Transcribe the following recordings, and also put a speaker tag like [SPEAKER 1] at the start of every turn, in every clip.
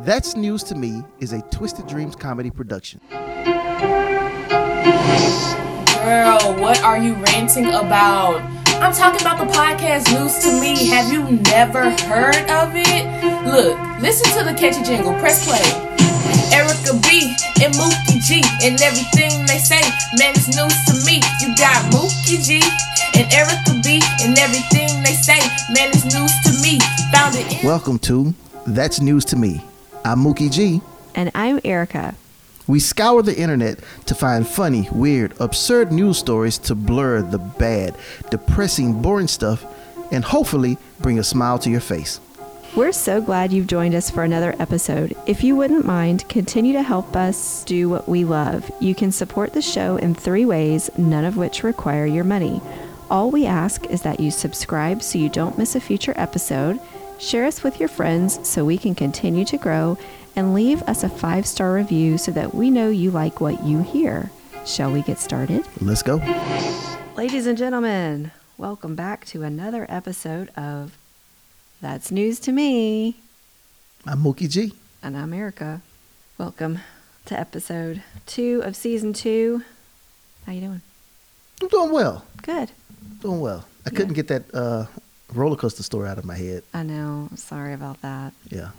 [SPEAKER 1] That's News to Me is a Twisted Dreams comedy production.
[SPEAKER 2] Girl, what are you ranting about? I'm talking about the podcast News to Me. Have you never heard of it? Look, listen to the catchy jingle. Press play. Erica B and Mookie G and everything they say, man, it's news to me. You got Mookie G and Erica B and everything they say, man, it's news to me. Found it in.
[SPEAKER 1] Welcome to That's News to Me. I'm Mookie G.
[SPEAKER 3] And I'm Erica.
[SPEAKER 1] We scour the internet to find funny, weird, absurd news stories to blur the bad, depressing, boring stuff and hopefully bring a smile to your face.
[SPEAKER 3] We're so glad you've joined us for another episode. If you wouldn't mind, continue to help us do what we love. You can support the show in three ways, none of which require your money. All we ask is that you subscribe so you don't miss a future episode, share us with your friends so we can continue to grow, and leave us a five star review so that we know you like what you hear. Shall we get started?
[SPEAKER 1] Let's go.
[SPEAKER 3] Ladies and gentlemen, welcome back to another episode of That's News to Me,
[SPEAKER 1] I'm Mookie G.
[SPEAKER 3] and I'm Erica. Welcome to episode two of season two. How you doing?
[SPEAKER 1] I'm doing well.
[SPEAKER 3] Good.
[SPEAKER 1] Doing well. I couldn't get that uh, roller coaster story out of my head.
[SPEAKER 3] I know. I'm Sorry about that.
[SPEAKER 1] Yeah.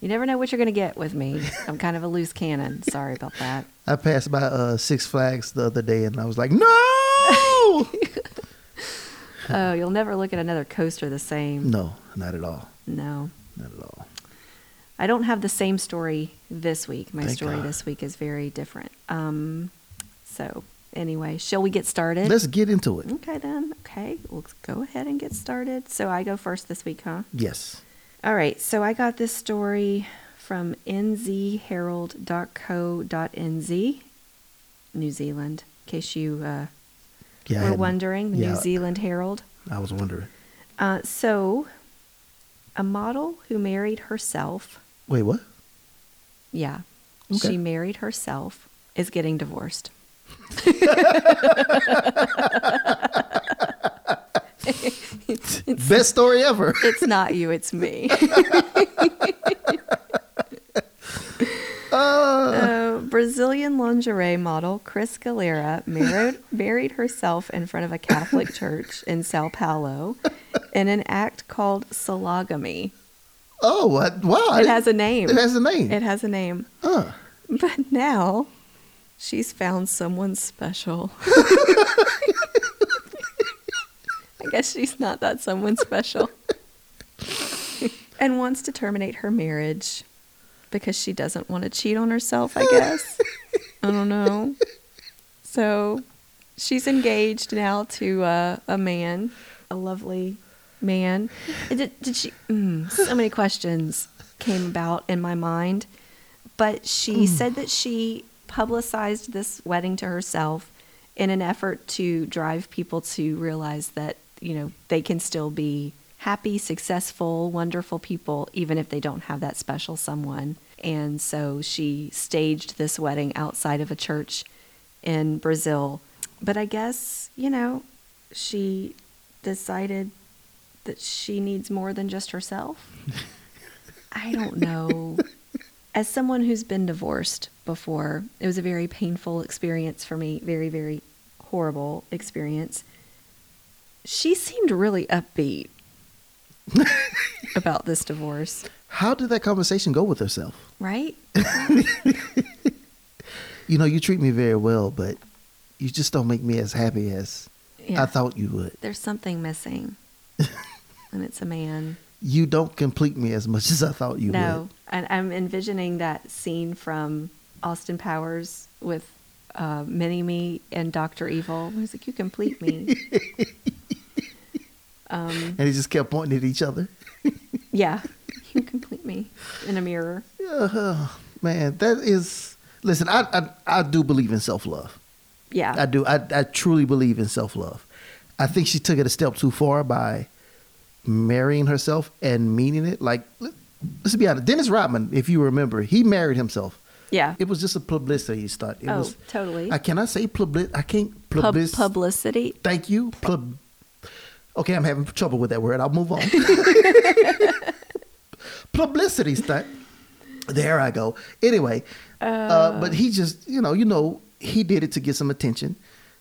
[SPEAKER 3] You never know what you're going to get with me. I'm kind of a loose cannon. Sorry about that.
[SPEAKER 1] I passed by uh, Six Flags the other day and I was like, no!
[SPEAKER 3] Oh, you'll never look at another coaster the same.
[SPEAKER 1] no, not at all.
[SPEAKER 3] No.
[SPEAKER 1] Not at all.
[SPEAKER 3] I don't have the same story this week. My
[SPEAKER 1] Thank
[SPEAKER 3] story
[SPEAKER 1] God.
[SPEAKER 3] this week is very different. Um, so, anyway, shall we get started?
[SPEAKER 1] Let's get into it.
[SPEAKER 3] okay, then. Okay, we'll go ahead and get started. So, I go first this week, huh?
[SPEAKER 1] Yes.
[SPEAKER 3] All right, so I got this story from nzherald.co.nz, New Zealand, in case you uh,
[SPEAKER 1] Yeah. I
[SPEAKER 3] were
[SPEAKER 1] hadn't-
[SPEAKER 3] wondering, the
[SPEAKER 1] yeah,
[SPEAKER 3] New Zealand Herald.
[SPEAKER 1] I was wondering.
[SPEAKER 3] Uh, so, a model who married herself,
[SPEAKER 1] Wait, what?
[SPEAKER 3] yeah,
[SPEAKER 1] Okay.
[SPEAKER 3] she married herself, is getting divorced.
[SPEAKER 1] Best story ever.
[SPEAKER 3] It's not you, it's me. Uh, Brazilian lingerie model Chris Galera married, married herself in front of a Catholic church in Sao Paulo in an act called sologamy.
[SPEAKER 1] Oh, what? Why?
[SPEAKER 3] It has a name.
[SPEAKER 1] It has a name.
[SPEAKER 3] It has a name.
[SPEAKER 1] Huh.
[SPEAKER 3] But now she's found someone special. I guess she's not that someone special. and wants to terminate her marriage because she doesn't want to cheat on herself, I guess. I don't know. So she's engaged now to uh, a man, a lovely man. Did, did she? Mm, so many questions came about in my mind, but she said that she publicized this wedding to herself in an effort to drive people to realize that you know they can still be happy, successful, wonderful people even if they don't have that special someone. And so she staged this wedding outside of a church in Brazil. But I guess, you know, she decided that she needs more than just herself. I don't know. As someone who's been divorced before, it was a very painful experience for me, very, very horrible experience. She seemed really upbeat about this divorce,
[SPEAKER 1] How did that conversation go with herself?
[SPEAKER 3] right?
[SPEAKER 1] You know, you treat me very well, but you just don't make me as happy as I
[SPEAKER 3] Yeah.
[SPEAKER 1] thought you would.
[SPEAKER 3] There's something missing. and it's a man.
[SPEAKER 1] You don't complete me as much as I thought you
[SPEAKER 3] No, and I'm envisioning that scene from Austin Powers with uh, Mini Me and Doctor Evil. He's like, "You complete me."
[SPEAKER 1] would. And they just kept pointing at each other.
[SPEAKER 3] yeah, you complete me in a mirror.
[SPEAKER 1] Uh, man, that is. Listen, I, I, I do believe in self love.
[SPEAKER 3] Yeah,
[SPEAKER 1] I do. I, I truly believe in self love. I think she took it a step too far by marrying herself and meaning it. Like, let- let's be honest. Dennis Rodman, if you remember, he married himself.
[SPEAKER 3] yeah.
[SPEAKER 1] It was just a publicity stunt. It
[SPEAKER 3] Oh,
[SPEAKER 1] was
[SPEAKER 3] totally.
[SPEAKER 1] I cannot say public. I can't
[SPEAKER 3] Pub-
[SPEAKER 1] public.
[SPEAKER 3] publicity.
[SPEAKER 1] thank you. Pub. Okay, I'm having trouble with that word. I'll move on. publicity stunt. There I go. Anyway, uh, but he just, you know, you know, he did it to get some attention.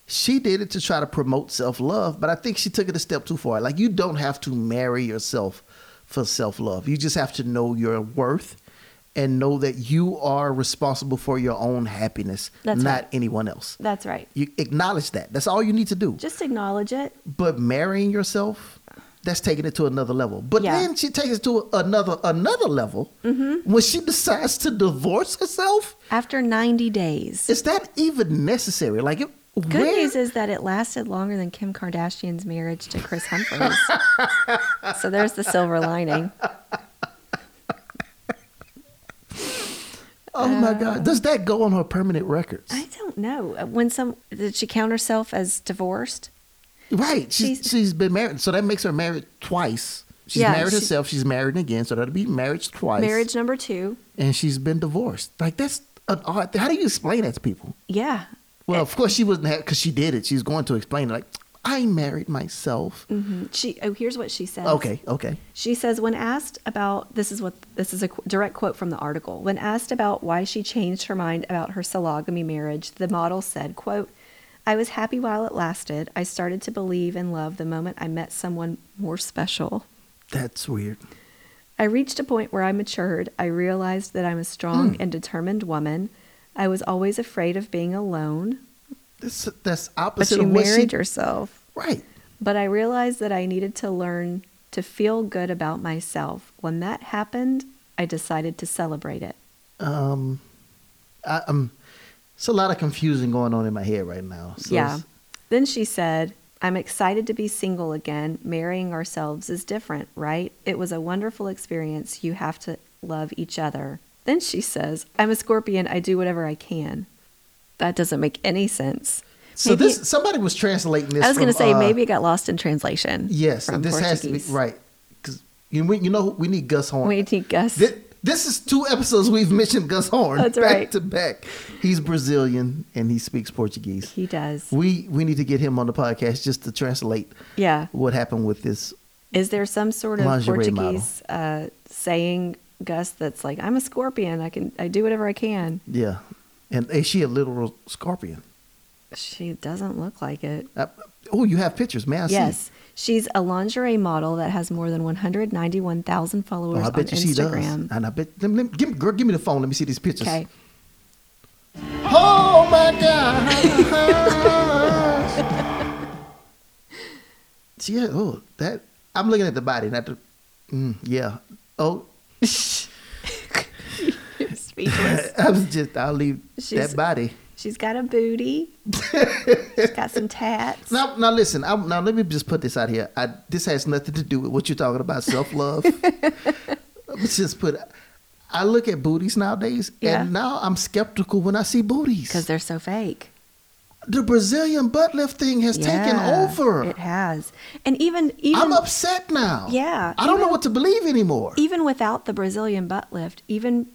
[SPEAKER 1] She did it to try to promote self love, but I think she took it a step too far. Like you don't have to marry yourself for self love. You just have to know your worth and know that you are responsible for your own happiness,
[SPEAKER 3] That's
[SPEAKER 1] not
[SPEAKER 3] right.
[SPEAKER 1] anyone else.
[SPEAKER 3] That's right.
[SPEAKER 1] You acknowledge that. That's all you need to do.
[SPEAKER 3] Just acknowledge it.
[SPEAKER 1] But marrying yourself, that's taking it to another level. But
[SPEAKER 3] Yeah. Mm-hmm.
[SPEAKER 1] then she takes it to another another level when she decides to divorce herself.
[SPEAKER 3] After 90 days.
[SPEAKER 1] Is that even necessary? Like, it,
[SPEAKER 3] Good
[SPEAKER 1] where-
[SPEAKER 3] news is that it lasted longer than Kim Kardashian's marriage to Chris Humphries. so there's the silver lining.
[SPEAKER 1] oh my God, does that go on her permanent records?
[SPEAKER 3] uh, I don't know. When some did she count herself as divorced?
[SPEAKER 1] right, she's,
[SPEAKER 3] she's-
[SPEAKER 1] she's been married, so that makes her married twice. She's
[SPEAKER 3] Yeah,
[SPEAKER 1] married
[SPEAKER 3] she-
[SPEAKER 1] herself. She's married again, so that'll be marriage twice.
[SPEAKER 3] Marriage number 2.
[SPEAKER 1] and she's been divorced. Like that's an odd. How do you explain that to people?
[SPEAKER 3] Yeah. Uh,
[SPEAKER 1] Well, of course she wasn't because she did it. She's going to explain it. Like I married myself.
[SPEAKER 3] Mhm. She oh here's what she says.
[SPEAKER 1] Okay, okay.
[SPEAKER 3] She says, when asked about this is what this is a qu- direct quote from the article. When asked about why she changed her mind about her sologamy marriage, the model said, "quote I was happy while it lasted. I started to believe in love the moment I met someone more special.
[SPEAKER 1] That's weird.
[SPEAKER 3] I reached a point where I matured. I realized that I'm a strong
[SPEAKER 1] Hmm.
[SPEAKER 3] and determined woman. I was always afraid of being alone,
[SPEAKER 1] That's that's
[SPEAKER 3] but
[SPEAKER 1] opposite
[SPEAKER 3] you
[SPEAKER 1] of what
[SPEAKER 3] married
[SPEAKER 1] she
[SPEAKER 3] yourself.
[SPEAKER 1] right.
[SPEAKER 3] But I realized that I needed to learn to feel good about myself. When that happened, I decided to celebrate it.
[SPEAKER 1] Um, I, um, it's a lot of confusion going on in my head right now. So
[SPEAKER 3] yeah.
[SPEAKER 1] it's-
[SPEAKER 3] Then she said, I'm excited to be single again. Marrying ourselves is different, right? It was a wonderful experience. You have to love each other. Then she says, I'm a scorpion. I do whatever I can. That doesn't make any sense.
[SPEAKER 1] So
[SPEAKER 3] Maybe-
[SPEAKER 1] this somebody was translating this.
[SPEAKER 3] I was going to
[SPEAKER 1] from,
[SPEAKER 3] say,
[SPEAKER 1] uh,
[SPEAKER 3] maybe it got lost in translation.
[SPEAKER 1] yes.
[SPEAKER 3] from
[SPEAKER 1] This has to be
[SPEAKER 3] Portuguese.
[SPEAKER 1] right because you we- you know we need Gus Horn.
[SPEAKER 3] We need Gus.
[SPEAKER 1] Thi- This, is two episodes we've mentioned Gus Horn.
[SPEAKER 3] That's
[SPEAKER 1] back
[SPEAKER 3] right.
[SPEAKER 1] to back. He's Brazilian and he speaks Portuguese.
[SPEAKER 3] he does.
[SPEAKER 1] We we need to get him on the podcast just to translate
[SPEAKER 3] Yeah.
[SPEAKER 1] what happened with this.
[SPEAKER 3] Is there some sort of
[SPEAKER 1] Lingerie model.
[SPEAKER 3] Portuguese uh, saying, Gus, that's like, I'm a scorpion. I can, I do whatever I can.
[SPEAKER 1] Yeah, and is she a literal scorpion?
[SPEAKER 3] She doesn't look like it.
[SPEAKER 1] Uh, oh, you have pictures, man. I see?
[SPEAKER 3] Yes. She's a lingerie model that has more than 191,000
[SPEAKER 1] Oh,
[SPEAKER 3] followers
[SPEAKER 1] I
[SPEAKER 3] on
[SPEAKER 1] bet you she does.
[SPEAKER 3] Instagram.
[SPEAKER 1] And I bet. Let me, let me- give, girl, give me the phone. Let me see these pictures.
[SPEAKER 3] Okay.
[SPEAKER 1] Oh my god. See, yeah. Oh, that. I'm looking at the body, not the. Mm, yeah. Oh,
[SPEAKER 3] Speechless.
[SPEAKER 1] I was just. I'll leave
[SPEAKER 3] She's-
[SPEAKER 1] that body.
[SPEAKER 3] She's got a booty. She's got some tats.
[SPEAKER 1] Now, now listen. I, now let me just put this out here. I, this has nothing to do with what you're talking about. Self love. just put. I look at booties nowadays,
[SPEAKER 3] Yeah.
[SPEAKER 1] and now I'm skeptical when I see
[SPEAKER 3] Because
[SPEAKER 1] booties.
[SPEAKER 3] they're so fake.
[SPEAKER 1] The Brazilian butt lift thing has taken
[SPEAKER 3] Yeah,
[SPEAKER 1] over.
[SPEAKER 3] It has. And even even
[SPEAKER 1] I'm upset now.
[SPEAKER 3] Yeah,
[SPEAKER 1] I don't know
[SPEAKER 3] even-
[SPEAKER 1] what to believe anymore.
[SPEAKER 3] even without the Brazilian butt lift, even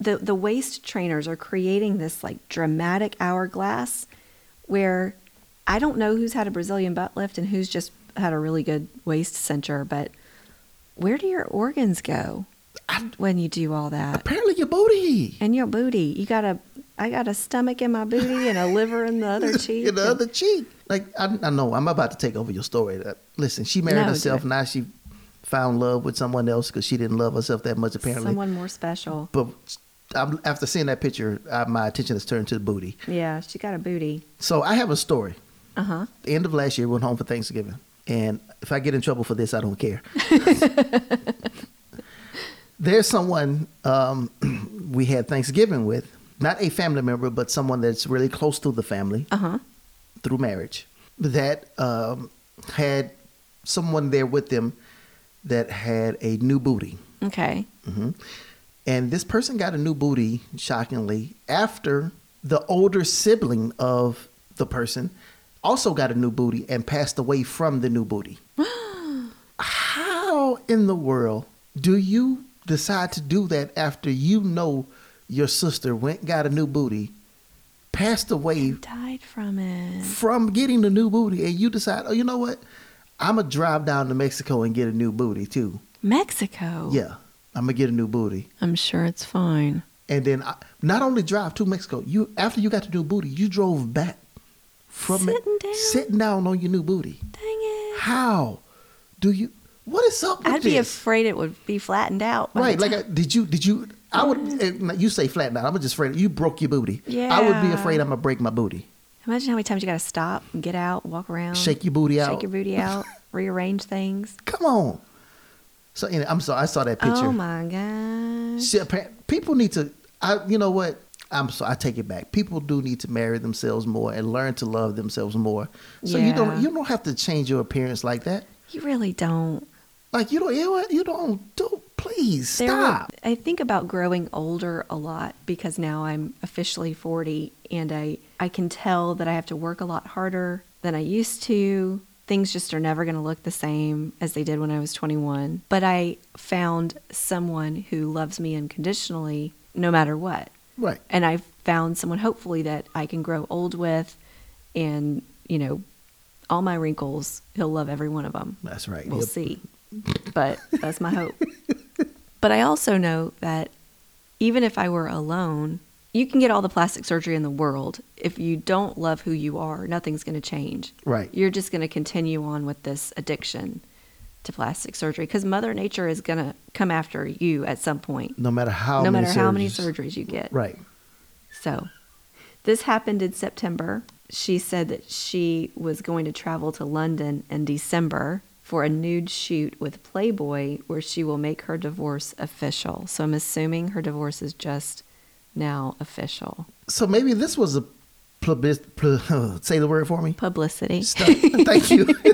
[SPEAKER 3] the the waist trainers are creating this like dramatic hourglass where I don't know who's had a Brazilian butt lift and who's just had a really good waist cincher, but where do your organs go
[SPEAKER 1] I-
[SPEAKER 3] when you do all that?
[SPEAKER 1] Apparently, your booty.
[SPEAKER 3] And your booty, you got a I got a stomach in my booty and a liver in the other cheek.
[SPEAKER 1] In the other cheek. Like, I, I know, I'm about to take over your story. Uh, Listen, she married
[SPEAKER 3] No, do
[SPEAKER 1] herself.
[SPEAKER 3] it.
[SPEAKER 1] Now she found love with someone else because she didn't love herself that much, apparently.
[SPEAKER 3] Someone more special.
[SPEAKER 1] But I'm, after seeing that picture, uh, my attention is turned to the booty.
[SPEAKER 3] Yeah, she got a booty.
[SPEAKER 1] So I have a story.
[SPEAKER 3] Uh huh.
[SPEAKER 1] The end of last year, went home for Thanksgiving. And if I get in trouble for this, I don't care. There's someone um, we had Thanksgiving with, not a family member, but someone that's really close to the family
[SPEAKER 3] Uh huh.
[SPEAKER 1] through marriage that um, had someone there with them that had a new booty.
[SPEAKER 3] Okay.
[SPEAKER 1] hmm And this person got a new booty, shockingly, after the older sibling of the person also got a new booty and passed away from the new booty. How in the world do you decide to do that after you know your sister went got a new booty, passed away
[SPEAKER 3] Died from it.
[SPEAKER 1] from getting the new booty, and you decide, oh, you know what? I'm gonna drive down to Mexico and get a new booty too.
[SPEAKER 3] Mexico.
[SPEAKER 1] Yeah. I'm gonna get a new booty,
[SPEAKER 3] I'm sure it's fine.
[SPEAKER 1] and then I, not only drive to Mexico. You after you got the new booty, you drove back from it-
[SPEAKER 3] Sitting down?
[SPEAKER 1] sitting down on your new booty.
[SPEAKER 3] Dang it.
[SPEAKER 1] How do you? What is up with
[SPEAKER 3] I'd be
[SPEAKER 1] this?
[SPEAKER 3] afraid it would be flattened out. by the
[SPEAKER 1] Right. Like,
[SPEAKER 3] time-
[SPEAKER 1] I, did you, did you, I would, and you say flat out. I'm just afraid you broke your booty. I would be
[SPEAKER 3] Yeah.
[SPEAKER 1] afraid I'm going to break my booty.
[SPEAKER 3] imagine how many times you got to stop and get out, walk around,
[SPEAKER 1] Shake your booty out.
[SPEAKER 3] shake your booty out, rearrange things.
[SPEAKER 1] Come on. So, anyway, I'm sorry. I saw that picture.
[SPEAKER 3] Oh my gosh.
[SPEAKER 1] Shit, pa- people need to, I, you know what? I'm sorry. I take it back. People do need to marry themselves more and learn to love themselves more. So you
[SPEAKER 3] Yeah.
[SPEAKER 1] don't, you don't have to change your appearance like that.
[SPEAKER 3] You really don't.
[SPEAKER 1] Like you don't, you, know what? you don't, do please
[SPEAKER 3] There were-
[SPEAKER 1] stop.
[SPEAKER 3] I think about growing older a lot because now I'm officially 40 and I, I can tell that I have to work a lot harder than I used to. Things just are never going to look the same as they did when I was 21. But I found someone who loves me unconditionally no matter what.
[SPEAKER 1] right.
[SPEAKER 3] And I've found someone hopefully that I can grow old with and, you know, all my wrinkles, he'll love every one of them
[SPEAKER 1] That's right.
[SPEAKER 3] we'll
[SPEAKER 1] Yep.
[SPEAKER 3] see. But that's my hope. but I also know that even if I were alone, you can get all the plastic surgery in the world. If you don't love who you are, nothing's going to change.
[SPEAKER 1] Right.
[SPEAKER 3] You're just going to continue on with this addiction to plastic surgery because Mother Nature is going to come after you at some point,
[SPEAKER 1] No matter how
[SPEAKER 3] no
[SPEAKER 1] many
[SPEAKER 3] matter how many
[SPEAKER 1] surgeries-
[SPEAKER 3] surgeries you get.
[SPEAKER 1] Right.
[SPEAKER 3] So, this happened in September. She said that she was going to travel to London in December for a nude shoot with Playboy where she will make her divorce official. So, I'm assuming her divorce is just now official.
[SPEAKER 1] So maybe this was a plebis- pl- say the word for me.
[SPEAKER 3] Publicity.
[SPEAKER 1] Stop. Thank you.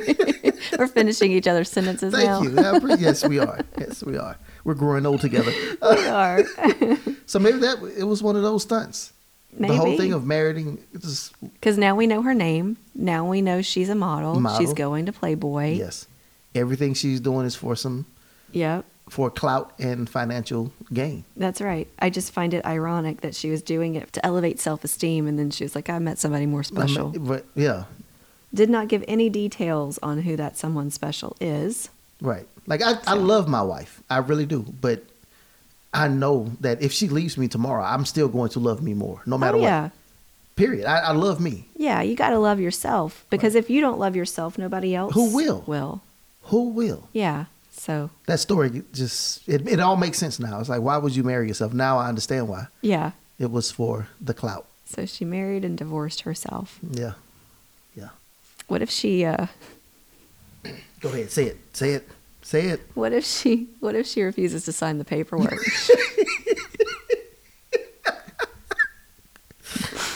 [SPEAKER 3] We're finishing each other's sentences now.
[SPEAKER 1] Thank you. I appre- yes, we are. Yes, we are. We're growing old together. Uh,
[SPEAKER 3] We are.
[SPEAKER 1] So maybe that it was one of those stunts. The whole
[SPEAKER 3] Maybe.
[SPEAKER 1] thing of marrying just
[SPEAKER 3] Because now we know her name. Now we know she's a model.
[SPEAKER 1] Model.
[SPEAKER 3] She's going to Playboy.
[SPEAKER 1] yes. Everything she's doing is for some
[SPEAKER 3] Yep.
[SPEAKER 1] for clout and financial gain.
[SPEAKER 3] That's right. I just find it ironic that she was doing it to elevate self esteem. And then she was like, I met somebody more
[SPEAKER 1] Um,
[SPEAKER 3] special.
[SPEAKER 1] But yeah.
[SPEAKER 3] Did not give any details on who that someone special is.
[SPEAKER 1] Right. Like I, I love my wife. I really do. But I know that if she leaves me tomorrow, I'm still going to love me more, no matter
[SPEAKER 3] oh, yeah.
[SPEAKER 1] what. Period. I, I love me.
[SPEAKER 3] Yeah. You got to love yourself because if you don't love yourself, nobody else
[SPEAKER 1] Who will?
[SPEAKER 3] Will.
[SPEAKER 1] Who will?
[SPEAKER 3] Yeah. So,
[SPEAKER 1] that story just it, it all makes sense now it's like why would you marry yourself now i understand why
[SPEAKER 3] yeah.
[SPEAKER 1] it was for the clout
[SPEAKER 3] So she married and divorced herself.
[SPEAKER 1] yeah yeah
[SPEAKER 3] What if she, uh,
[SPEAKER 1] go ahead say it say it say it
[SPEAKER 3] what if she, what if she refuses to sign the paperwork?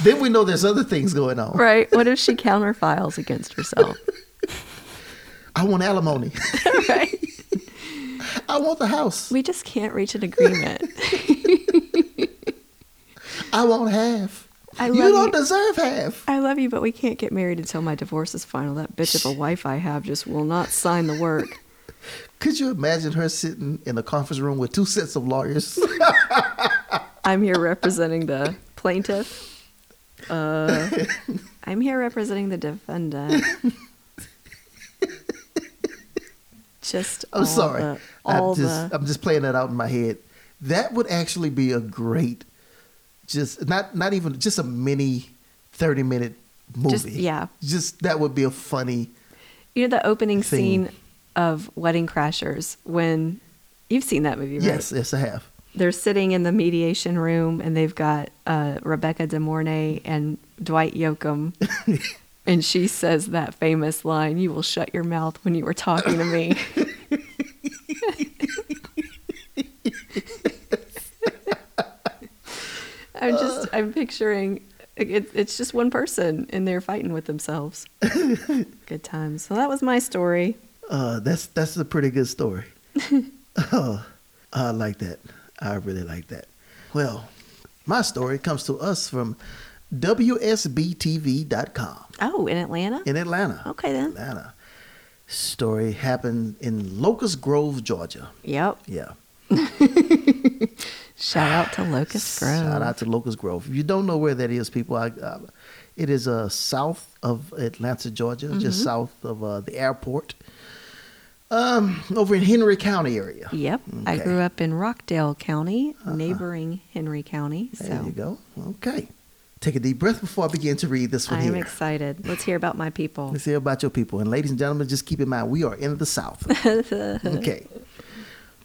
[SPEAKER 1] then we know there's other things going on
[SPEAKER 3] right. What if she counterfiles against herself?
[SPEAKER 1] i want alimony
[SPEAKER 3] right.
[SPEAKER 1] i want the house
[SPEAKER 3] We just can't reach an agreement.
[SPEAKER 1] i want half
[SPEAKER 3] I
[SPEAKER 1] you
[SPEAKER 3] love
[SPEAKER 1] don't
[SPEAKER 3] you.
[SPEAKER 1] deserve half
[SPEAKER 3] I love you, but we can't get married until my divorce is final. That bitch of a wife I have just will not sign the work.
[SPEAKER 1] could you imagine her sitting in a conference room with two sets of lawyers
[SPEAKER 3] I'm here representing the plaintiff. Uh, I'm here representing the defendant. Just
[SPEAKER 1] i'm
[SPEAKER 3] all
[SPEAKER 1] sorry
[SPEAKER 3] The, all
[SPEAKER 1] I'm, just, uh,
[SPEAKER 3] the
[SPEAKER 1] I'm just playing that out in my head that would actually be a great just not not even just a mini 30 minute movie
[SPEAKER 3] Just- yeah.
[SPEAKER 1] just that would be a funny
[SPEAKER 3] you know the opening
[SPEAKER 1] thing.
[SPEAKER 3] scene of Wedding Crashers when you've seen that movie, right?
[SPEAKER 1] yes yes i have
[SPEAKER 3] they're sitting in the mediation room and they've got uh, Rebecca De Mornay and Dwight Yoakam. and she says that famous line, You will shut your mouth when you were talking to me. I'm just, I'm picturing. It, it's just one person and they're fighting with themselves. Good times. So that was my story.
[SPEAKER 1] uh that's that's a pretty good story uh, i like that i really like that well my story comes to us from wsbtv.com
[SPEAKER 3] Oh, in Atlanta?
[SPEAKER 1] in atlanta
[SPEAKER 3] Okay, then.
[SPEAKER 1] atlanta story happened in locust grove georgia
[SPEAKER 3] Yep.
[SPEAKER 1] yeah
[SPEAKER 3] Shout out to Locust Grove.
[SPEAKER 1] Shout out to Locust Grove. If you don't know where that is, people, I, uh, it is
[SPEAKER 3] Mm-hmm.
[SPEAKER 1] uh, south of Atlanta, Georgia, just south of uh, the airport. Um, over in Henry County area.
[SPEAKER 3] Yep. I
[SPEAKER 1] Okay. Uh-huh.
[SPEAKER 3] grew up in Rockdale County, neighboring Henry County. So
[SPEAKER 1] There you go. Okay. Take a deep breath before I begin to read this one
[SPEAKER 3] I am
[SPEAKER 1] here.
[SPEAKER 3] excited. Let's hear about my people.
[SPEAKER 1] Let's hear about your people. And ladies and gentlemen, just keep in mind we are in the South. okay.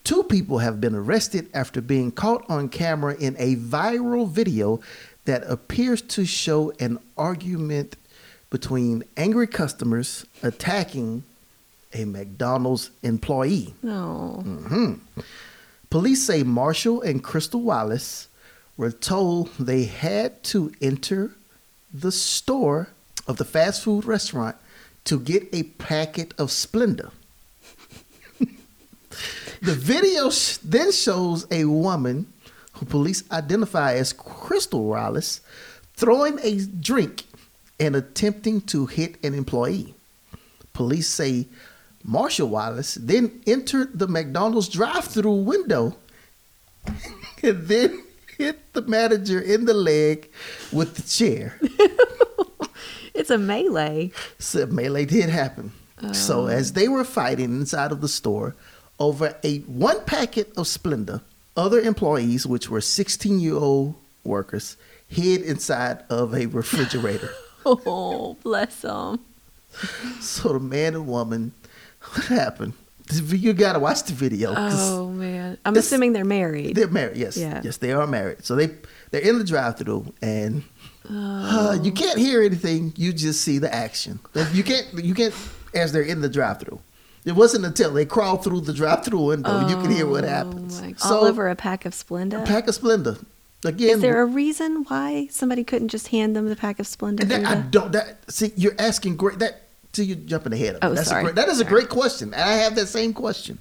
[SPEAKER 1] Two people have been arrested after being caught on camera in a viral video that appears to show an argument between angry customers attacking a McDonald's employee.
[SPEAKER 3] No.
[SPEAKER 1] Mm. Police say Marshall and Crystal Wallace were told they had to enter the store of the fast food restaurant to get a packet of Splenda. the video sh- then shows a woman who police identify as Crystal Wallace throwing a drink and attempting to hit an employee. Police say Marshall Wallace then entered the McDonald's drive-through window and then hit the manager in the leg with the chair.
[SPEAKER 3] It's a melee.
[SPEAKER 1] So melee did happen. So as they were fighting inside of the store over a one packet of Splenda, other employees, which were 16-year-old workers, hid inside of a refrigerator.
[SPEAKER 3] Oh, bless them.
[SPEAKER 1] so the man and woman, what happened? This- You gotta watch the video. 'cause-
[SPEAKER 3] Oh, man. I'm
[SPEAKER 1] This-
[SPEAKER 3] assuming they're married.
[SPEAKER 1] They're married. Yes.
[SPEAKER 3] Yeah.
[SPEAKER 1] Yes, they are married. So they they're in the drive-through and uh,
[SPEAKER 3] Oh.
[SPEAKER 1] you can't hear anything. You just see the action. Like, You can't you can't as they're in the drive-through. It wasn't until they crawled through the drive-through window you can hear what happens.
[SPEAKER 3] Oh, my-
[SPEAKER 1] So
[SPEAKER 3] All over a pack of Splenda.
[SPEAKER 1] a pack of Splenda. Again,
[SPEAKER 3] Is there a reason why somebody couldn't just hand them the pack of Splenda?
[SPEAKER 1] that, I
[SPEAKER 3] Rita?
[SPEAKER 1] don't that see you're asking great that see you're jumping ahead of me.
[SPEAKER 3] Oh,
[SPEAKER 1] That's
[SPEAKER 3] sorry.
[SPEAKER 1] a great, that is a great question. And I have that same question.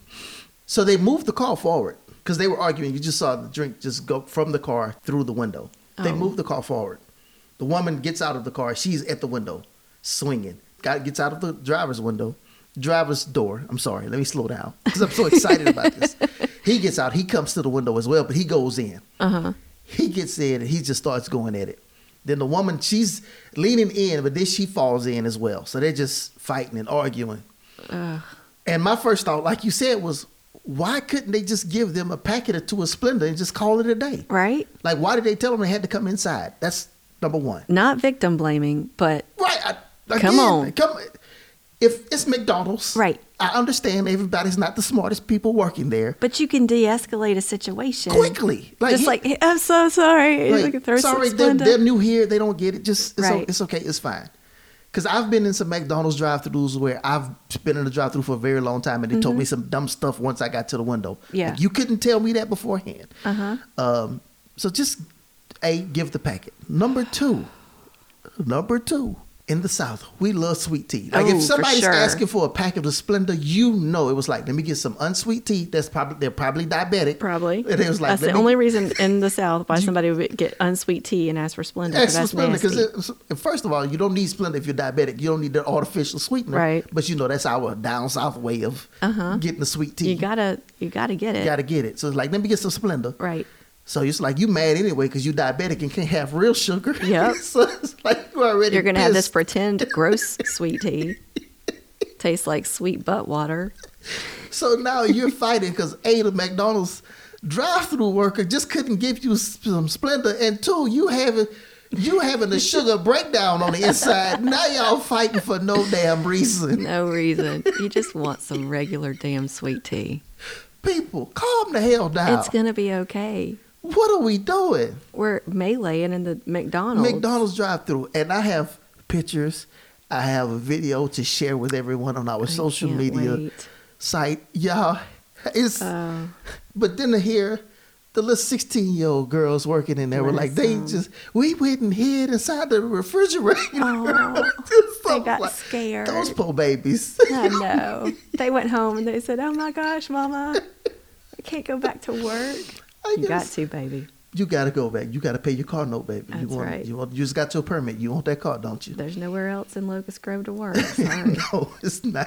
[SPEAKER 1] So they moved the car forward because they were arguing. You just saw the drink just go from the car through the window. They
[SPEAKER 3] Oh.
[SPEAKER 1] moved the car forward. The woman gets out of the car. She's at the window, swinging. Guy gets out of the driver's window, driver's door. I'm sorry. Let me slow down because I'm so excited about this. He gets out. He comes to the window as well, but he goes in.
[SPEAKER 3] Uh-huh.
[SPEAKER 1] He gets in and he just starts going at it. Then the woman, she's leaning in, but then she falls in as well. So they're just fighting and arguing. And my first thought, like you said, was why couldn't they just give them a packet or two of Splenda and just call it a day?
[SPEAKER 3] Right?
[SPEAKER 1] Like, why did they tell them they had to come inside? That's number one.
[SPEAKER 3] Not victim blaming, but
[SPEAKER 1] Right. I,
[SPEAKER 3] Come
[SPEAKER 1] again,
[SPEAKER 3] on.
[SPEAKER 1] Come, if it's McDonald's,
[SPEAKER 3] Right.
[SPEAKER 1] I understand everybody's not the smartest people working there.
[SPEAKER 3] but you can de-escalate a situation
[SPEAKER 1] Quickly. Like,
[SPEAKER 3] just
[SPEAKER 1] he-
[SPEAKER 3] like "Hey, I'm so sorry.
[SPEAKER 1] Like,
[SPEAKER 3] Like, throw some
[SPEAKER 1] sorry, they're,
[SPEAKER 3] Splenda.
[SPEAKER 1] they're new here. They don't get it. Just it's, o-
[SPEAKER 3] Right.
[SPEAKER 1] it's okay. It's fine. Because I've been in some McDonald's drive-throughs where I've been in the drive-through for a very long time, and they told me some dumb stuff once I got to the window.
[SPEAKER 3] Mm-hmm. Yeah. Uh-huh.
[SPEAKER 1] Like, you couldn't tell me that beforehand. Uh huh. Um, so just a give the packet. Number two, number two. In the South, we love sweet tea. Like
[SPEAKER 3] Oh,
[SPEAKER 1] if
[SPEAKER 3] for
[SPEAKER 1] somebody's
[SPEAKER 3] sure.
[SPEAKER 1] asking for a packet of Splenda, you know it was like, let me get some unsweet tea. That's probably they're probably diabetic.
[SPEAKER 3] Probably.
[SPEAKER 1] And it was like
[SPEAKER 3] That's
[SPEAKER 1] "Let
[SPEAKER 3] the
[SPEAKER 1] me-
[SPEAKER 3] only reason in the South why somebody would get unsweet tea and ask for Splenda. 'cause
[SPEAKER 1] Extra
[SPEAKER 3] that's
[SPEAKER 1] Splenda,
[SPEAKER 3] nasty.
[SPEAKER 1] because first of all, you don't need Splenda if you're diabetic. You don't need the artificial sweetener.
[SPEAKER 3] Right. Uh-huh.
[SPEAKER 1] But you know that's our down south way of getting the sweet tea.
[SPEAKER 3] you gotta, you gotta get
[SPEAKER 1] You
[SPEAKER 3] it.
[SPEAKER 1] gotta get it. So it's like, let me get some Splenda.
[SPEAKER 3] Right.
[SPEAKER 1] So it's like you mad anyway because you diabetic and can't have real sugar.
[SPEAKER 3] Yep.
[SPEAKER 1] so it's like you already.
[SPEAKER 3] You're gonna have this
[SPEAKER 1] pissed.
[SPEAKER 3] pretend gross sweet tea. Tastes like sweet butt water.
[SPEAKER 1] So now you're fighting because a the McDonald's drive-through worker just couldn't give you s- some Splenda, and two you having you having a sugar breakdown on the inside. Now y'all fighting for no damn reason.
[SPEAKER 3] No reason. You just want some regular damn sweet tea.
[SPEAKER 1] People, calm the hell down.
[SPEAKER 3] It's gonna be okay.
[SPEAKER 1] what are we doing?
[SPEAKER 3] We're meleeing in the McDonald's.
[SPEAKER 1] McDonald's drive through. And I have pictures. I have a video to share with everyone on our social
[SPEAKER 3] can't
[SPEAKER 1] media
[SPEAKER 3] wait.
[SPEAKER 1] site. Y'all, it's,
[SPEAKER 3] Oh.
[SPEAKER 1] but then to hear the little 16 year old girls working in there were like, they
[SPEAKER 3] Listen.
[SPEAKER 1] just, we went and hid inside the refrigerator.
[SPEAKER 3] Oh,
[SPEAKER 1] Just
[SPEAKER 3] they
[SPEAKER 1] something
[SPEAKER 3] got
[SPEAKER 1] like-
[SPEAKER 3] scared.
[SPEAKER 1] Those poor babies.
[SPEAKER 3] I know. They went home and they said, "Oh my gosh, Mama, I can't go back to work."
[SPEAKER 1] I
[SPEAKER 3] You got
[SPEAKER 1] guess.
[SPEAKER 3] to, baby.
[SPEAKER 1] you gotta go back. You gotta pay your car note, baby. you
[SPEAKER 3] That's
[SPEAKER 1] want,
[SPEAKER 3] right.
[SPEAKER 1] You, want, you just got your permit. You want that car, don't you?
[SPEAKER 3] There's nowhere else in Locust Grove to work. Sorry,
[SPEAKER 1] no, it's not.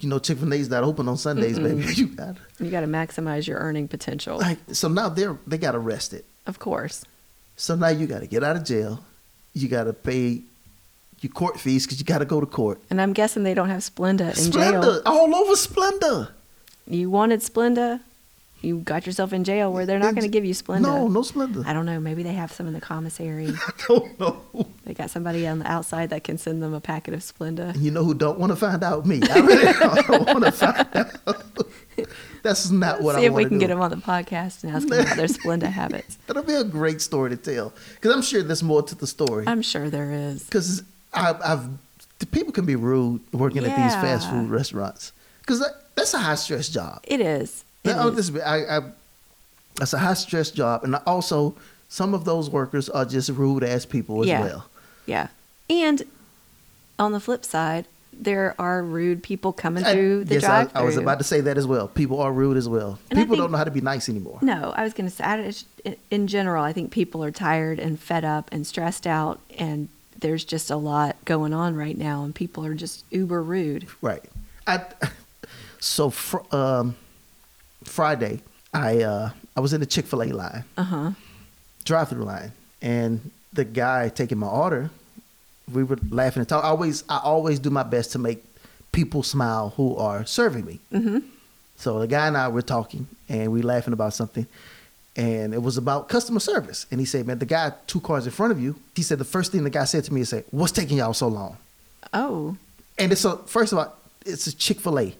[SPEAKER 1] You know, Chick Fil A's not open on Sundays, baby. You got to
[SPEAKER 3] you got to maximize your earning potential.
[SPEAKER 1] like. So now they're they got arrested.
[SPEAKER 3] Of course,
[SPEAKER 1] So now you got to get out of jail. You got to pay your court fees because you got to go to court.
[SPEAKER 3] And I'm guessing they don't have Splenda in jail.
[SPEAKER 1] Splenda, all over Splenda.
[SPEAKER 3] You wanted Splenda, you got yourself in jail where they're not
[SPEAKER 1] In-
[SPEAKER 3] going to give you Splenda.
[SPEAKER 1] No, no Splenda.
[SPEAKER 3] I don't know. Maybe they have some in the commissary.
[SPEAKER 1] I don't know.
[SPEAKER 3] they got somebody on the outside that can send them a packet of Splenda.
[SPEAKER 1] You know who don't want to find out? Me. I really don't want to find out. That's not what
[SPEAKER 3] See
[SPEAKER 1] I
[SPEAKER 3] if
[SPEAKER 1] want
[SPEAKER 3] we
[SPEAKER 1] to
[SPEAKER 3] can
[SPEAKER 1] do.
[SPEAKER 3] get them on the podcast and ask them about their Splenda habits.
[SPEAKER 1] That'll be a great story to tell because I'm sure there's more to the story.
[SPEAKER 3] I'm sure there is.
[SPEAKER 1] Because I've the people can be rude working at these fast
[SPEAKER 3] Yeah.
[SPEAKER 1] food restaurants because that, that's a high stress job.
[SPEAKER 3] It is. It
[SPEAKER 1] Now,
[SPEAKER 3] is.
[SPEAKER 1] this I, I, that's a high stress job, and also some of those workers are just rude ass people as
[SPEAKER 3] Yeah.
[SPEAKER 1] well.
[SPEAKER 3] Yeah. And on the flip side, there are rude people coming
[SPEAKER 1] I-
[SPEAKER 3] through the
[SPEAKER 1] yes, I,
[SPEAKER 3] drive-through.
[SPEAKER 1] I was about to say that as well. People are rude as well.
[SPEAKER 3] And I
[SPEAKER 1] people
[SPEAKER 3] think-
[SPEAKER 1] don't know how to be nice anymore.
[SPEAKER 3] No, I was going to say, I don't- it's- in general, I think people are tired and fed up and stressed out, and there's just a lot going on right now, and people are just uber rude.
[SPEAKER 1] Right. I so fr- um, Friday I uh, I was in the Chick Fil A line,
[SPEAKER 3] Uh huh.
[SPEAKER 1] drive through line, and the guy taking my order, we were laughing and talking. I always I always do my best to make people smile who are serving me. Mm-hmm. So the guy and I were talking and we laughing about something. And it was about customer service. And he said, Man, the guy two cars in front of you, he said the first thing the guy said to me is say, What's taking y'all so long?
[SPEAKER 3] Oh,
[SPEAKER 1] And it's a first of all, it's a Chick Fil A.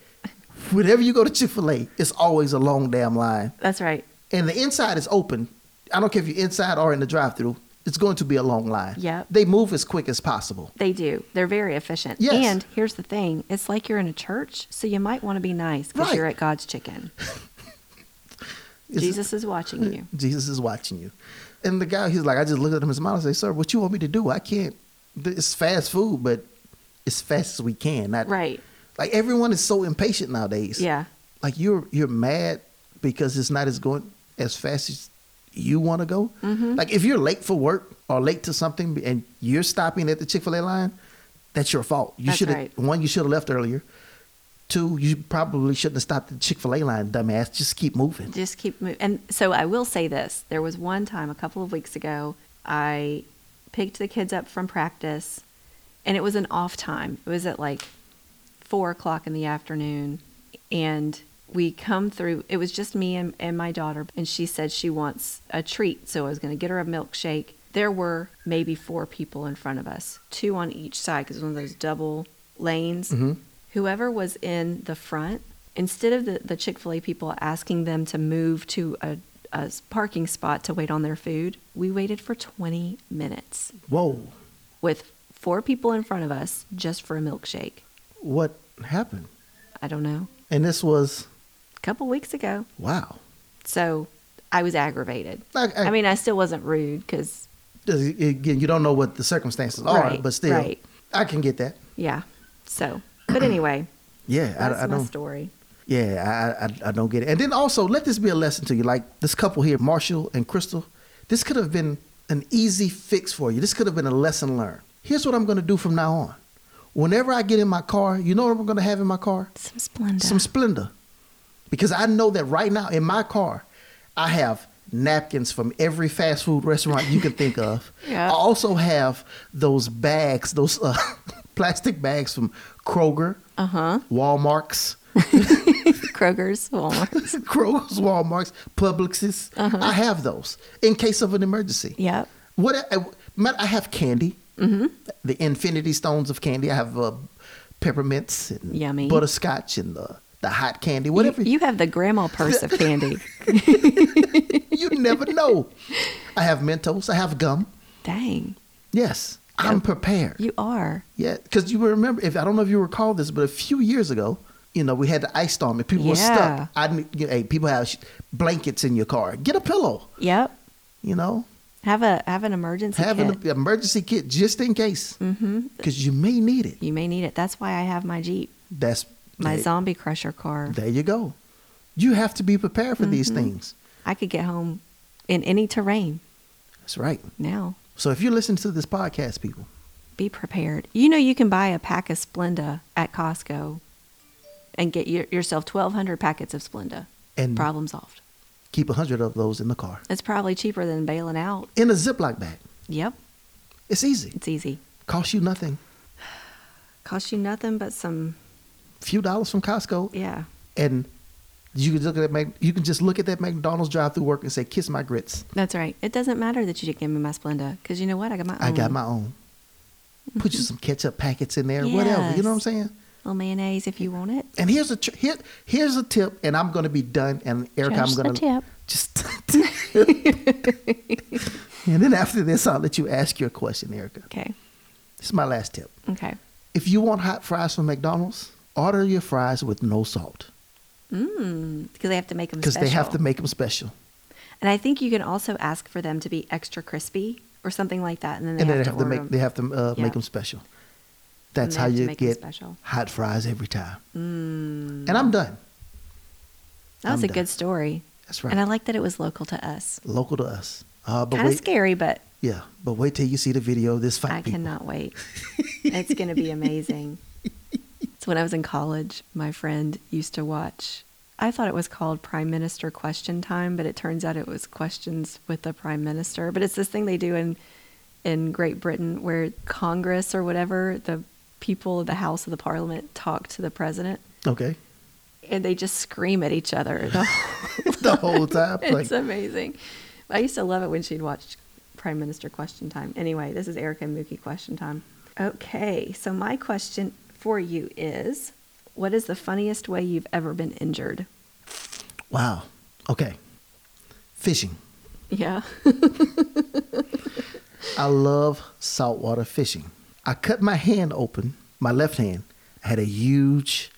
[SPEAKER 1] Whenever you go to Chick Fil A, it's always a long damn line,
[SPEAKER 3] that's right.
[SPEAKER 1] and the inside is open. I don't care if you're inside or in the drive-through. It's going to be a long line.
[SPEAKER 3] Yep.
[SPEAKER 1] they move as quick as possible.
[SPEAKER 3] They do. They're very efficient.
[SPEAKER 1] Yes.
[SPEAKER 3] And here's the thing it's like you're in a church, so you might want to be nice because
[SPEAKER 1] Right.
[SPEAKER 3] you're at God's chicken.
[SPEAKER 1] It's-
[SPEAKER 3] Jesus is watching you.
[SPEAKER 1] Jesus is watching you. And the guy, he's like, I just looked at him and smiled and say, "Sir, what you want me to do? I can't. th- It's fast food, but as fast as we can. Not
[SPEAKER 3] Right.
[SPEAKER 1] Like everyone is so impatient nowadays.
[SPEAKER 3] Yeah.
[SPEAKER 1] like you're you're mad because it's not as going as fast as you want to go.
[SPEAKER 3] Mm-hmm.
[SPEAKER 1] Like if you're late for work or late to something and you're stopping at the Chick Fil A line, that's your fault. You
[SPEAKER 3] That's
[SPEAKER 1] should have
[SPEAKER 3] right.
[SPEAKER 1] one. You should have left earlier. Two, you probably shouldn't have stopped at the Chick Fil A line, dumbass. Just keep moving.
[SPEAKER 3] just keep moving. And so I will say this: there was one time a couple of weeks ago, I picked the kids up from practice, and it was an off time. It was at like four o'clock in the afternoon, and we come through. It was just me and, and my daughter, and she said she wants a treat, so I was going to get her a milkshake. There were maybe four people in front of us, two on each side, because one of those double lanes whoever was in the front, instead of the, the Chick fil A people asking them to move to a, a s- parking spot to wait on their food, we waited for 20 minutes
[SPEAKER 1] Whoa,
[SPEAKER 3] with four people in front of us just for a milkshake.
[SPEAKER 1] what happened?
[SPEAKER 3] I don't know,
[SPEAKER 1] And this was
[SPEAKER 3] a couple weeks ago.
[SPEAKER 1] wow.
[SPEAKER 3] So I was aggravated.
[SPEAKER 1] I, I-
[SPEAKER 3] I mean, I still wasn't rude because,
[SPEAKER 1] again, you don't know what the circumstances are,
[SPEAKER 3] Right,
[SPEAKER 1] but still,
[SPEAKER 3] right.
[SPEAKER 1] I can get that.
[SPEAKER 3] yeah. So, but anyway,
[SPEAKER 1] Yeah, I-
[SPEAKER 3] that's
[SPEAKER 1] I,
[SPEAKER 3] my
[SPEAKER 1] don't.
[SPEAKER 3] story.
[SPEAKER 1] Yeah, I, I I don't get it. And then also let this be a lesson to you. Like this couple here, Marshall and Crystal, this could have been an easy fix for you. This could have been a lesson learned. Here's what I'm gonna do from now on. Whenever I get in my car, you know what I'm gonna have in my car?
[SPEAKER 3] Some Splenda.
[SPEAKER 1] Some Splenda. Because I know that right now in my car, I have napkins from every fast food restaurant you can think of.
[SPEAKER 3] Yeah.
[SPEAKER 1] I also have those bags, those uh, plastic bags from Kroger, uh-huh. Walmart's.
[SPEAKER 3] Kroger's. Walmart.
[SPEAKER 1] Kroger's, Walmart's, Publix's. I have those in case of an emergency.
[SPEAKER 3] yep.
[SPEAKER 1] What I, I- man, I have candy, mm-hmm. the infinity stones of candy. I have uh, peppermints and
[SPEAKER 3] Yummy.
[SPEAKER 1] butterscotch and the, the hot candy.
[SPEAKER 3] You,
[SPEAKER 1] Whatever
[SPEAKER 3] you have the grandma purse of candy.
[SPEAKER 1] you never know. I have Mentos. I have gum.
[SPEAKER 3] Dang.
[SPEAKER 1] Yes, I'm prepared.
[SPEAKER 3] You are.
[SPEAKER 1] Yeah, because you remember if I don't know if you recall this, but a few years ago, you know, we had the ice storm and people were
[SPEAKER 3] Yeah.
[SPEAKER 1] stuck. I, knew- you know, hey, people have sh- blankets in your car. Get a pillow.
[SPEAKER 3] Yep.
[SPEAKER 1] You know,
[SPEAKER 3] Have a have an emergency
[SPEAKER 1] have an
[SPEAKER 3] kit. Mm-hmm.
[SPEAKER 1] emergency kit just in case, because you may need it.
[SPEAKER 3] you may need it. That's why I have my Jeep,
[SPEAKER 1] That's
[SPEAKER 3] my
[SPEAKER 1] there,
[SPEAKER 3] zombie crusher car.
[SPEAKER 1] there you go. You have to be prepared for these
[SPEAKER 3] Mm-hmm.
[SPEAKER 1] things.
[SPEAKER 3] I could get home in any terrain
[SPEAKER 1] That's right.
[SPEAKER 3] now.
[SPEAKER 1] So if you listen to this podcast, people,
[SPEAKER 3] Be prepared. You know you can buy a pack of Splenda at Costco and get your, yourself 1200 packets of Splenda.
[SPEAKER 1] And-
[SPEAKER 3] problem solved.
[SPEAKER 1] keep a hundred of those in the car
[SPEAKER 3] It's probably cheaper than bailing out.
[SPEAKER 1] in a Ziploc bag.
[SPEAKER 3] Yep.
[SPEAKER 1] It's easy.
[SPEAKER 3] It's easy.
[SPEAKER 1] Costs you nothing.
[SPEAKER 3] Cost you nothing but some,
[SPEAKER 1] few dollars from Costco,
[SPEAKER 3] yeah.
[SPEAKER 1] and you can look at that. Mac- You can just look at that McDonald's drive-through work and say, "Kiss my grits.
[SPEAKER 3] That's right. It doesn't matter that you didn't give me my Splenda because you know what? I got my own.
[SPEAKER 1] I got my own. Put you some ketchup packets in there, whatever. You know what I'm
[SPEAKER 3] Mm-hmm.
[SPEAKER 1] saying?
[SPEAKER 3] Yes. little mayonnaise if you want it.
[SPEAKER 1] And here's a tr- here, here's a tip, and I'm going to be done. And Erica,
[SPEAKER 3] Just
[SPEAKER 1] I'm
[SPEAKER 3] a
[SPEAKER 1] going
[SPEAKER 3] tip.
[SPEAKER 1] just. and then after this, I'll let you ask your question, Erica.
[SPEAKER 3] Okay.
[SPEAKER 1] This is my last tip.
[SPEAKER 3] Okay.
[SPEAKER 1] If you want hot fries from McDonald's, order your fries with no salt
[SPEAKER 3] Mm, because they have to make them
[SPEAKER 1] because
[SPEAKER 3] special.
[SPEAKER 1] they have to make them special,
[SPEAKER 3] And I think you can also ask for them to be extra crispy or something like that, and then they
[SPEAKER 1] and then they
[SPEAKER 3] have, to
[SPEAKER 1] have to
[SPEAKER 3] order
[SPEAKER 1] make
[SPEAKER 3] 'em.
[SPEAKER 1] they have to uh,
[SPEAKER 3] Yeah.
[SPEAKER 1] make them special. That's
[SPEAKER 3] they
[SPEAKER 1] how
[SPEAKER 3] have to
[SPEAKER 1] you
[SPEAKER 3] make 'em
[SPEAKER 1] get
[SPEAKER 3] special.
[SPEAKER 1] hot fries every time.
[SPEAKER 3] Mm,
[SPEAKER 1] And I'm done.
[SPEAKER 3] that was
[SPEAKER 1] I'm
[SPEAKER 3] a
[SPEAKER 1] done.
[SPEAKER 3] good story,
[SPEAKER 1] That's right.
[SPEAKER 3] and I like that it was local to us.
[SPEAKER 1] Local to us. Uh, but
[SPEAKER 3] Kind of
[SPEAKER 1] wait,
[SPEAKER 3] scary, but
[SPEAKER 1] yeah, but wait till you see the video. of This fight.
[SPEAKER 3] I
[SPEAKER 1] people.
[SPEAKER 3] cannot wait. it's going to be amazing. So when I was in college, my friend used to watch. I thought it was called Prime Minister Question Time, but it turns out it was questions with the Prime Minister. But it's this thing they do in in Great Britain where Congress or whatever the people of the House of the Parliament talk to the president,
[SPEAKER 1] Okay.
[SPEAKER 3] and they just scream at each other. The
[SPEAKER 1] the whole time. Like,
[SPEAKER 3] it's amazing. I used to love it when she'd watch Prime Minister Question Time. Anyway, this is Erica and Mookie Question Time. Okay, so my question for you is what is the funniest way you've ever been injured?
[SPEAKER 1] wow. Okay. Fishing.
[SPEAKER 3] Yeah.
[SPEAKER 1] I love saltwater fishing. I cut my hand open, my left hand. I had a huge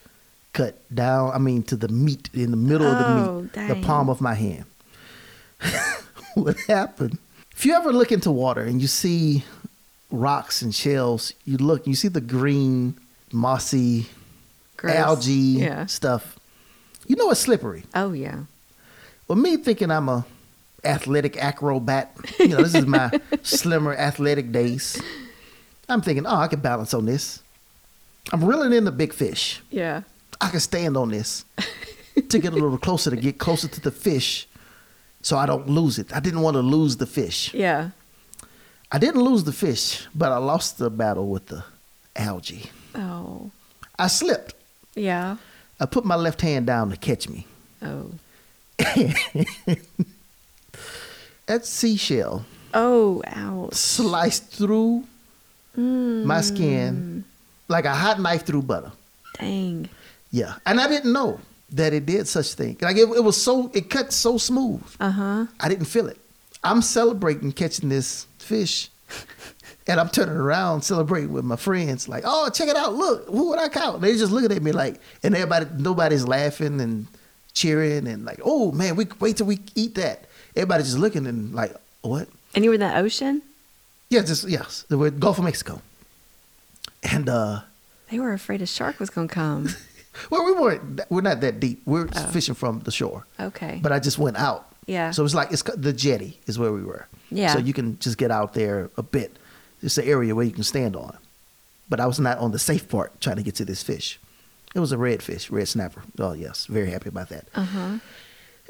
[SPEAKER 1] cut down, I mean, to the meat, in the middle
[SPEAKER 3] Oh,
[SPEAKER 1] of the meat,
[SPEAKER 3] dang.
[SPEAKER 1] the palm of my hand. what happened? If you ever look into water and you see rocks and shells, you look, you see the green, mossy,
[SPEAKER 3] Gross.
[SPEAKER 1] algae
[SPEAKER 3] Yeah.
[SPEAKER 1] stuff. You know it's slippery.
[SPEAKER 3] Oh, yeah.
[SPEAKER 1] Well, me thinking I'm a athletic acrobat, you know, this is my slimmer athletic days. I'm thinking, oh, I can balance on this. I'm reeling in the big fish.
[SPEAKER 3] Yeah.
[SPEAKER 1] I can stand on this to get a little closer to get closer to the fish so I don't lose it. I didn't want to lose the fish.
[SPEAKER 3] Yeah.
[SPEAKER 1] I didn't lose the fish, but I lost the battle with the algae.
[SPEAKER 3] Oh,
[SPEAKER 1] I slipped.
[SPEAKER 3] yeah.
[SPEAKER 1] I put my left hand down to catch me.
[SPEAKER 3] Oh.
[SPEAKER 1] That seashell
[SPEAKER 3] Oh, ouch.
[SPEAKER 1] sliced through my skin like a hot knife through butter.
[SPEAKER 3] Dang.
[SPEAKER 1] Yeah. And I didn't know that it did such thing. Like it, it was so it cut so smooth.
[SPEAKER 3] Uh huh.
[SPEAKER 1] I didn't feel it. I'm celebrating catching this fish. And I'm turning around celebrating with my friends, like, oh, check it out. Look, who would I count? They just looking at me like, and everybody, nobody's laughing and cheering and like, oh man, we wait till we eat that. Everybody just looking and like, what?
[SPEAKER 3] And you were in the ocean?
[SPEAKER 1] Yeah, just yes. The word Gulf of Mexico. And uh
[SPEAKER 3] They were afraid a shark was going to come.
[SPEAKER 1] well we weren't that- we're not that deep. We're fishing from the shore.
[SPEAKER 3] Oh. Okay.
[SPEAKER 1] But I just went out.
[SPEAKER 3] Yeah.
[SPEAKER 1] So it's like it's ca- the jetty is where we were.
[SPEAKER 3] Yeah.
[SPEAKER 1] So you can just get out there a bit. It's an area where you can stand on. But I was not on the safe part trying to get to this fish. It was a red fish, red snapper. Oh yes, very happy about that.
[SPEAKER 3] uh huh.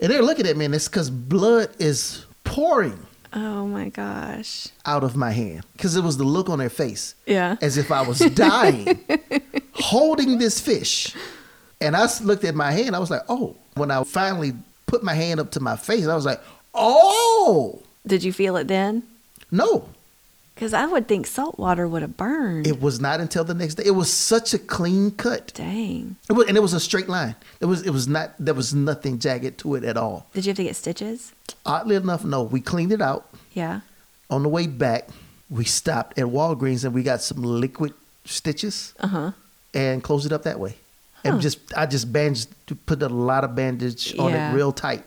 [SPEAKER 1] And they're looking at me and it's cause blood is pouring
[SPEAKER 3] Oh, my gosh.
[SPEAKER 1] out of my hand. Cause it was the look on their face.
[SPEAKER 3] Yeah.
[SPEAKER 1] as if I was dying, holding this fish. And I s- looked at my hand. I was like, oh. When I finally put my hand up to my face, I was like, oh,
[SPEAKER 3] Did you feel it then?
[SPEAKER 1] no.
[SPEAKER 3] Because I would think salt water would have burned.
[SPEAKER 1] It was not until the next day. It was such a clean cut,
[SPEAKER 3] Dang.
[SPEAKER 1] it was, and it was a straight line. It was. It was not. There was nothing jagged to it at all.
[SPEAKER 3] Did you have to get stitches?
[SPEAKER 1] Oddly enough, no. We cleaned it out
[SPEAKER 3] Yeah.
[SPEAKER 1] on the way back. We stopped at Walgreens and we got some liquid stitches.
[SPEAKER 3] Uh huh.
[SPEAKER 1] and close it up that way. And just I just bandaged put a lot of bandage on
[SPEAKER 3] Yeah.
[SPEAKER 1] it real tight.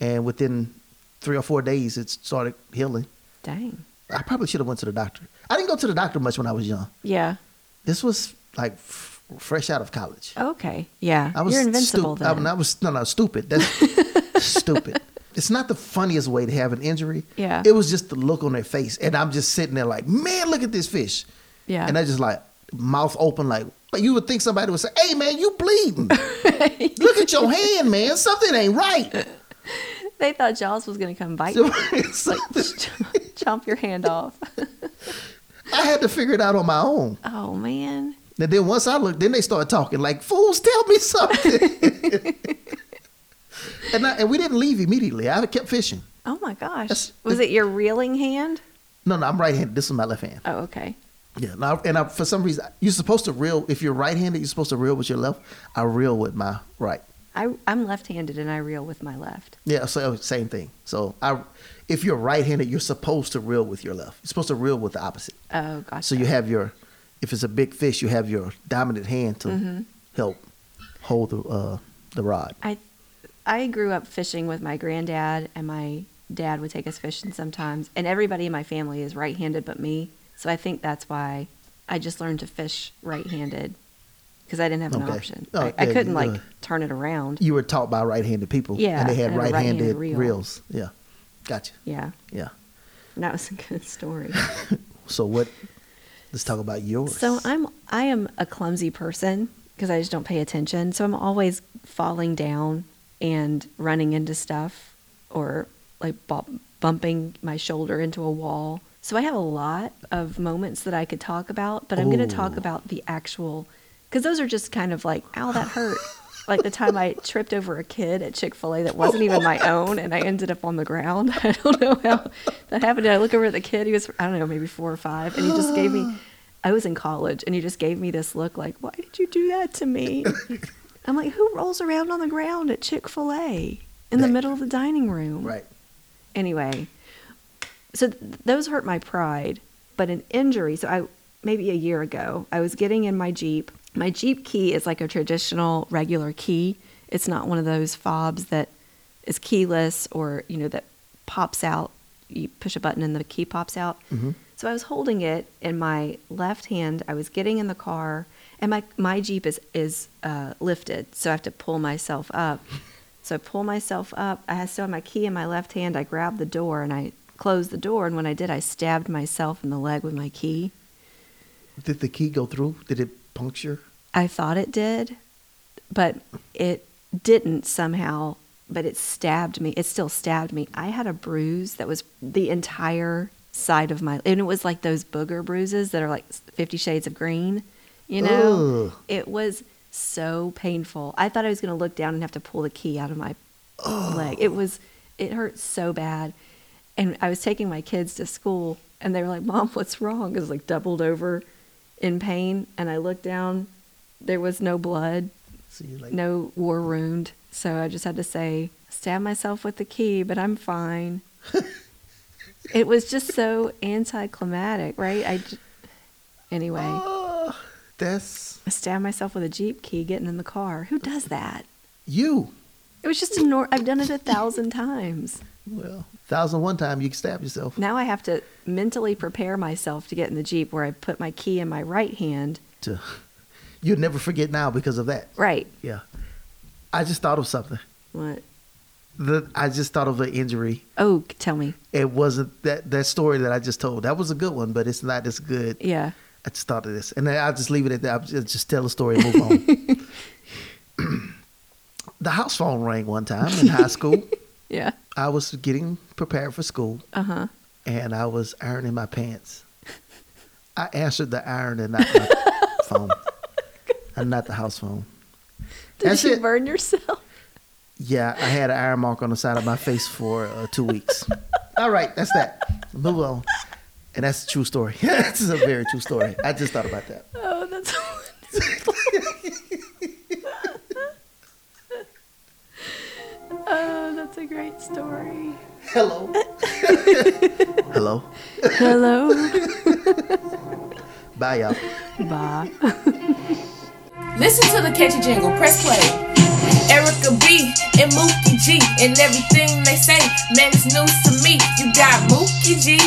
[SPEAKER 1] And within three or four days it started healing.
[SPEAKER 3] Dang.
[SPEAKER 1] I probably should have went to the doctor. I didn't go to the doctor much when I was young.
[SPEAKER 3] Yeah.
[SPEAKER 1] This was like f- fresh out of college.
[SPEAKER 3] Okay. Yeah.
[SPEAKER 1] I was
[SPEAKER 3] You're invincible
[SPEAKER 1] stu- I,
[SPEAKER 3] then.
[SPEAKER 1] mean, I was no no stupid. That's stupid. It's not the funniest way to have an injury.
[SPEAKER 3] Yeah.
[SPEAKER 1] It was just the look on their face. And I'm just sitting there like, man, look at this fish.
[SPEAKER 3] Yeah.
[SPEAKER 1] And I just like mouth open, like, but you would think somebody would say, Hey man, you bleeding. Look at your hand, man. Something ain't right.
[SPEAKER 3] they thought Jaws was going to come bite
[SPEAKER 1] So
[SPEAKER 3] you.
[SPEAKER 1] it's like this-
[SPEAKER 3] Chomp your hand off.
[SPEAKER 1] I had to figure it out on my own.
[SPEAKER 3] Oh, man.
[SPEAKER 1] And then once I looked, then they start talking like fools. Tell me something. and I, and we didn't leave immediately. I kept fishing.
[SPEAKER 3] Oh my gosh.
[SPEAKER 1] That's-
[SPEAKER 3] Was it your reeling hand?
[SPEAKER 1] No, no, I'm right-handed. This is my left hand.
[SPEAKER 3] Oh, okay.
[SPEAKER 1] Yeah, and, I, and I, for some reason, you're supposed to reel. If you're right-handed, you're supposed to reel with your left. I reel with my right.
[SPEAKER 3] I, I'm left handed and I reel with my left.
[SPEAKER 1] Yeah, so same thing. So I, if you're right-handed, you're supposed to reel with your left. You're supposed to reel with the opposite.
[SPEAKER 3] Oh, gosh.
[SPEAKER 1] So you have your, if it's a big fish, you have your dominant hand to
[SPEAKER 3] Mm-hmm.
[SPEAKER 1] help hold the uh, the rod.
[SPEAKER 3] I I grew up fishing with my granddad, and my dad would take us fishing sometimes. And everybody in my family is right-handed but me, so I think that's why I just learned to fish right-handed because I didn't have an
[SPEAKER 1] Okay.
[SPEAKER 3] option.
[SPEAKER 1] Oh,
[SPEAKER 3] I, I
[SPEAKER 1] yeah,
[SPEAKER 3] couldn't
[SPEAKER 1] you,
[SPEAKER 3] like
[SPEAKER 1] uh,
[SPEAKER 3] turn it around.
[SPEAKER 1] You were taught by right-handed people.
[SPEAKER 3] Yeah,
[SPEAKER 1] and they had
[SPEAKER 3] and a
[SPEAKER 1] right-handed,
[SPEAKER 3] right-handed reel.
[SPEAKER 1] reels. Yeah, gotcha.
[SPEAKER 3] Yeah,
[SPEAKER 1] Yeah.
[SPEAKER 3] and that was a good story.
[SPEAKER 1] So what? Let's talk about yours.
[SPEAKER 3] So I'm I am a clumsy person because I just don't pay attention. So I'm always falling down and running into stuff or like bu- bumping my shoulder into a wall. So I have a lot of moments that I could talk about, but I'm going to talk
[SPEAKER 1] Ooh.
[SPEAKER 3] about the actual cuz those are just kind of like, ow, that hurt. like the time I tripped over a kid at Chick-fil-A that wasn't even my own and I ended up on the ground. I don't know how that happened. I look over at the kid, he was I don't know, maybe 4 or 5 and he just gave me I was in college and he just gave me this look like, why did you do that to me? I'm like, who rolls around on the ground at Chick fil A in the
[SPEAKER 1] Right.
[SPEAKER 3] middle of the dining room?
[SPEAKER 1] right.
[SPEAKER 3] Anyway, so th- those hurt my pride, but an injury. So I, maybe a year ago, I was getting in my Jeep. My Jeep key is like a traditional regular key, it's not one of those fobs that is keyless or, you know, that pops out. You push a button and the key pops out. So I was holding it in my left hand. I was getting in the car, and my my Jeep is is uh, lifted, so I have to pull myself up. So I pull myself up. I had still had my key in my left hand. I grabbed the door and I closed the door. And when I did, I stabbed myself in the leg with my key.
[SPEAKER 1] Did the key go through? Did it puncture?
[SPEAKER 3] I thought it did, but it didn't somehow. But it stabbed me. It still stabbed me. I had a bruise that was the entire side of my, and it was like those booger bruises that are like Fifty Shades of Green. You know,
[SPEAKER 1] Ugh.
[SPEAKER 3] it was so painful. I thought I was going to look down and have to pull the key out of my leg. It was, it hurt so bad. And I was taking my kids to school, and they were like, "Mom, what's wrong?" I was like doubled over in pain, and I looked down there was no blood,
[SPEAKER 1] So you like
[SPEAKER 3] no war wound. So I just had to say, stab myself with the key, but I'm fine. it was just so anticlimactic, right? I j- anyway,
[SPEAKER 1] Ah, that's
[SPEAKER 3] I stabbed myself with a Jeep key getting in the car. Who does that?
[SPEAKER 1] you.
[SPEAKER 3] It was just a nor- I've done it a thousand times.
[SPEAKER 1] Well, thousand one time you can stab yourself.
[SPEAKER 3] Now I have to mentally prepare myself to get in the Jeep where I put my key in my right hand.
[SPEAKER 1] To, you'll never forget now because of that.
[SPEAKER 3] Right.
[SPEAKER 1] Yeah. I just thought of something.
[SPEAKER 3] What?
[SPEAKER 1] The, I just thought of an injury.
[SPEAKER 3] Oh, tell me.
[SPEAKER 1] It wasn't that that story that I just told. That was a good one, but it's not as good.
[SPEAKER 3] Yeah.
[SPEAKER 1] I just thought of this, and then I'll just leave it at that. I'll just just tell a story and move on. the house phone rang one time in high school.
[SPEAKER 3] Yeah.
[SPEAKER 1] I was getting prepared for school,
[SPEAKER 3] Uh huh.
[SPEAKER 1] and I was ironing my pants. I answered the iron and not my phone, and not the house phone.
[SPEAKER 3] Did
[SPEAKER 1] That's
[SPEAKER 3] you
[SPEAKER 1] it.
[SPEAKER 3] burn yourself?
[SPEAKER 1] Yeah, I had an iron mark on the side of my face for uh, two weeks. All right, that's that. Move on. And that's a true story. this is a very true story. I just thought about that.
[SPEAKER 3] Oh, that's oh, that's a great story.
[SPEAKER 1] Hello. Hello.
[SPEAKER 3] Hello.
[SPEAKER 1] Bye, y'all.
[SPEAKER 3] Bye.
[SPEAKER 2] Listen to the catchy jingle, press play. Erica B and Mookie G and everything they say, man, it's news to me. You got Mookie G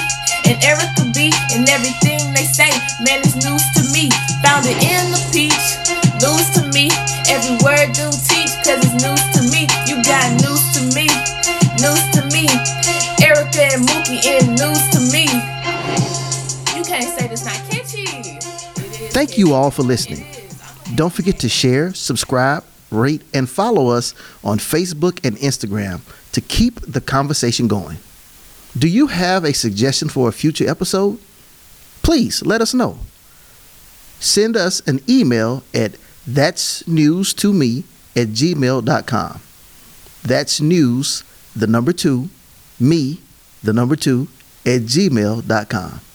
[SPEAKER 2] and Erica B and everything they say, man, it's news to me. Found it in the peach, news to me. Every word do teach, cause it's news to me. You got news to me, news to me. Erica and Mookie and news to me. You can't say this not catchy. It is
[SPEAKER 1] Thank you all for
[SPEAKER 2] catchy.
[SPEAKER 1] listening.
[SPEAKER 2] It is. I'm
[SPEAKER 1] Don't forget to share, subscribe, rate, and follow us on Facebook and Instagram to keep the conversation going. Do you have a suggestion for a future episode? Please let us know. send us an email at that's news to me at gmail.com. That's news, the number two, me, the number two, at gmail.com.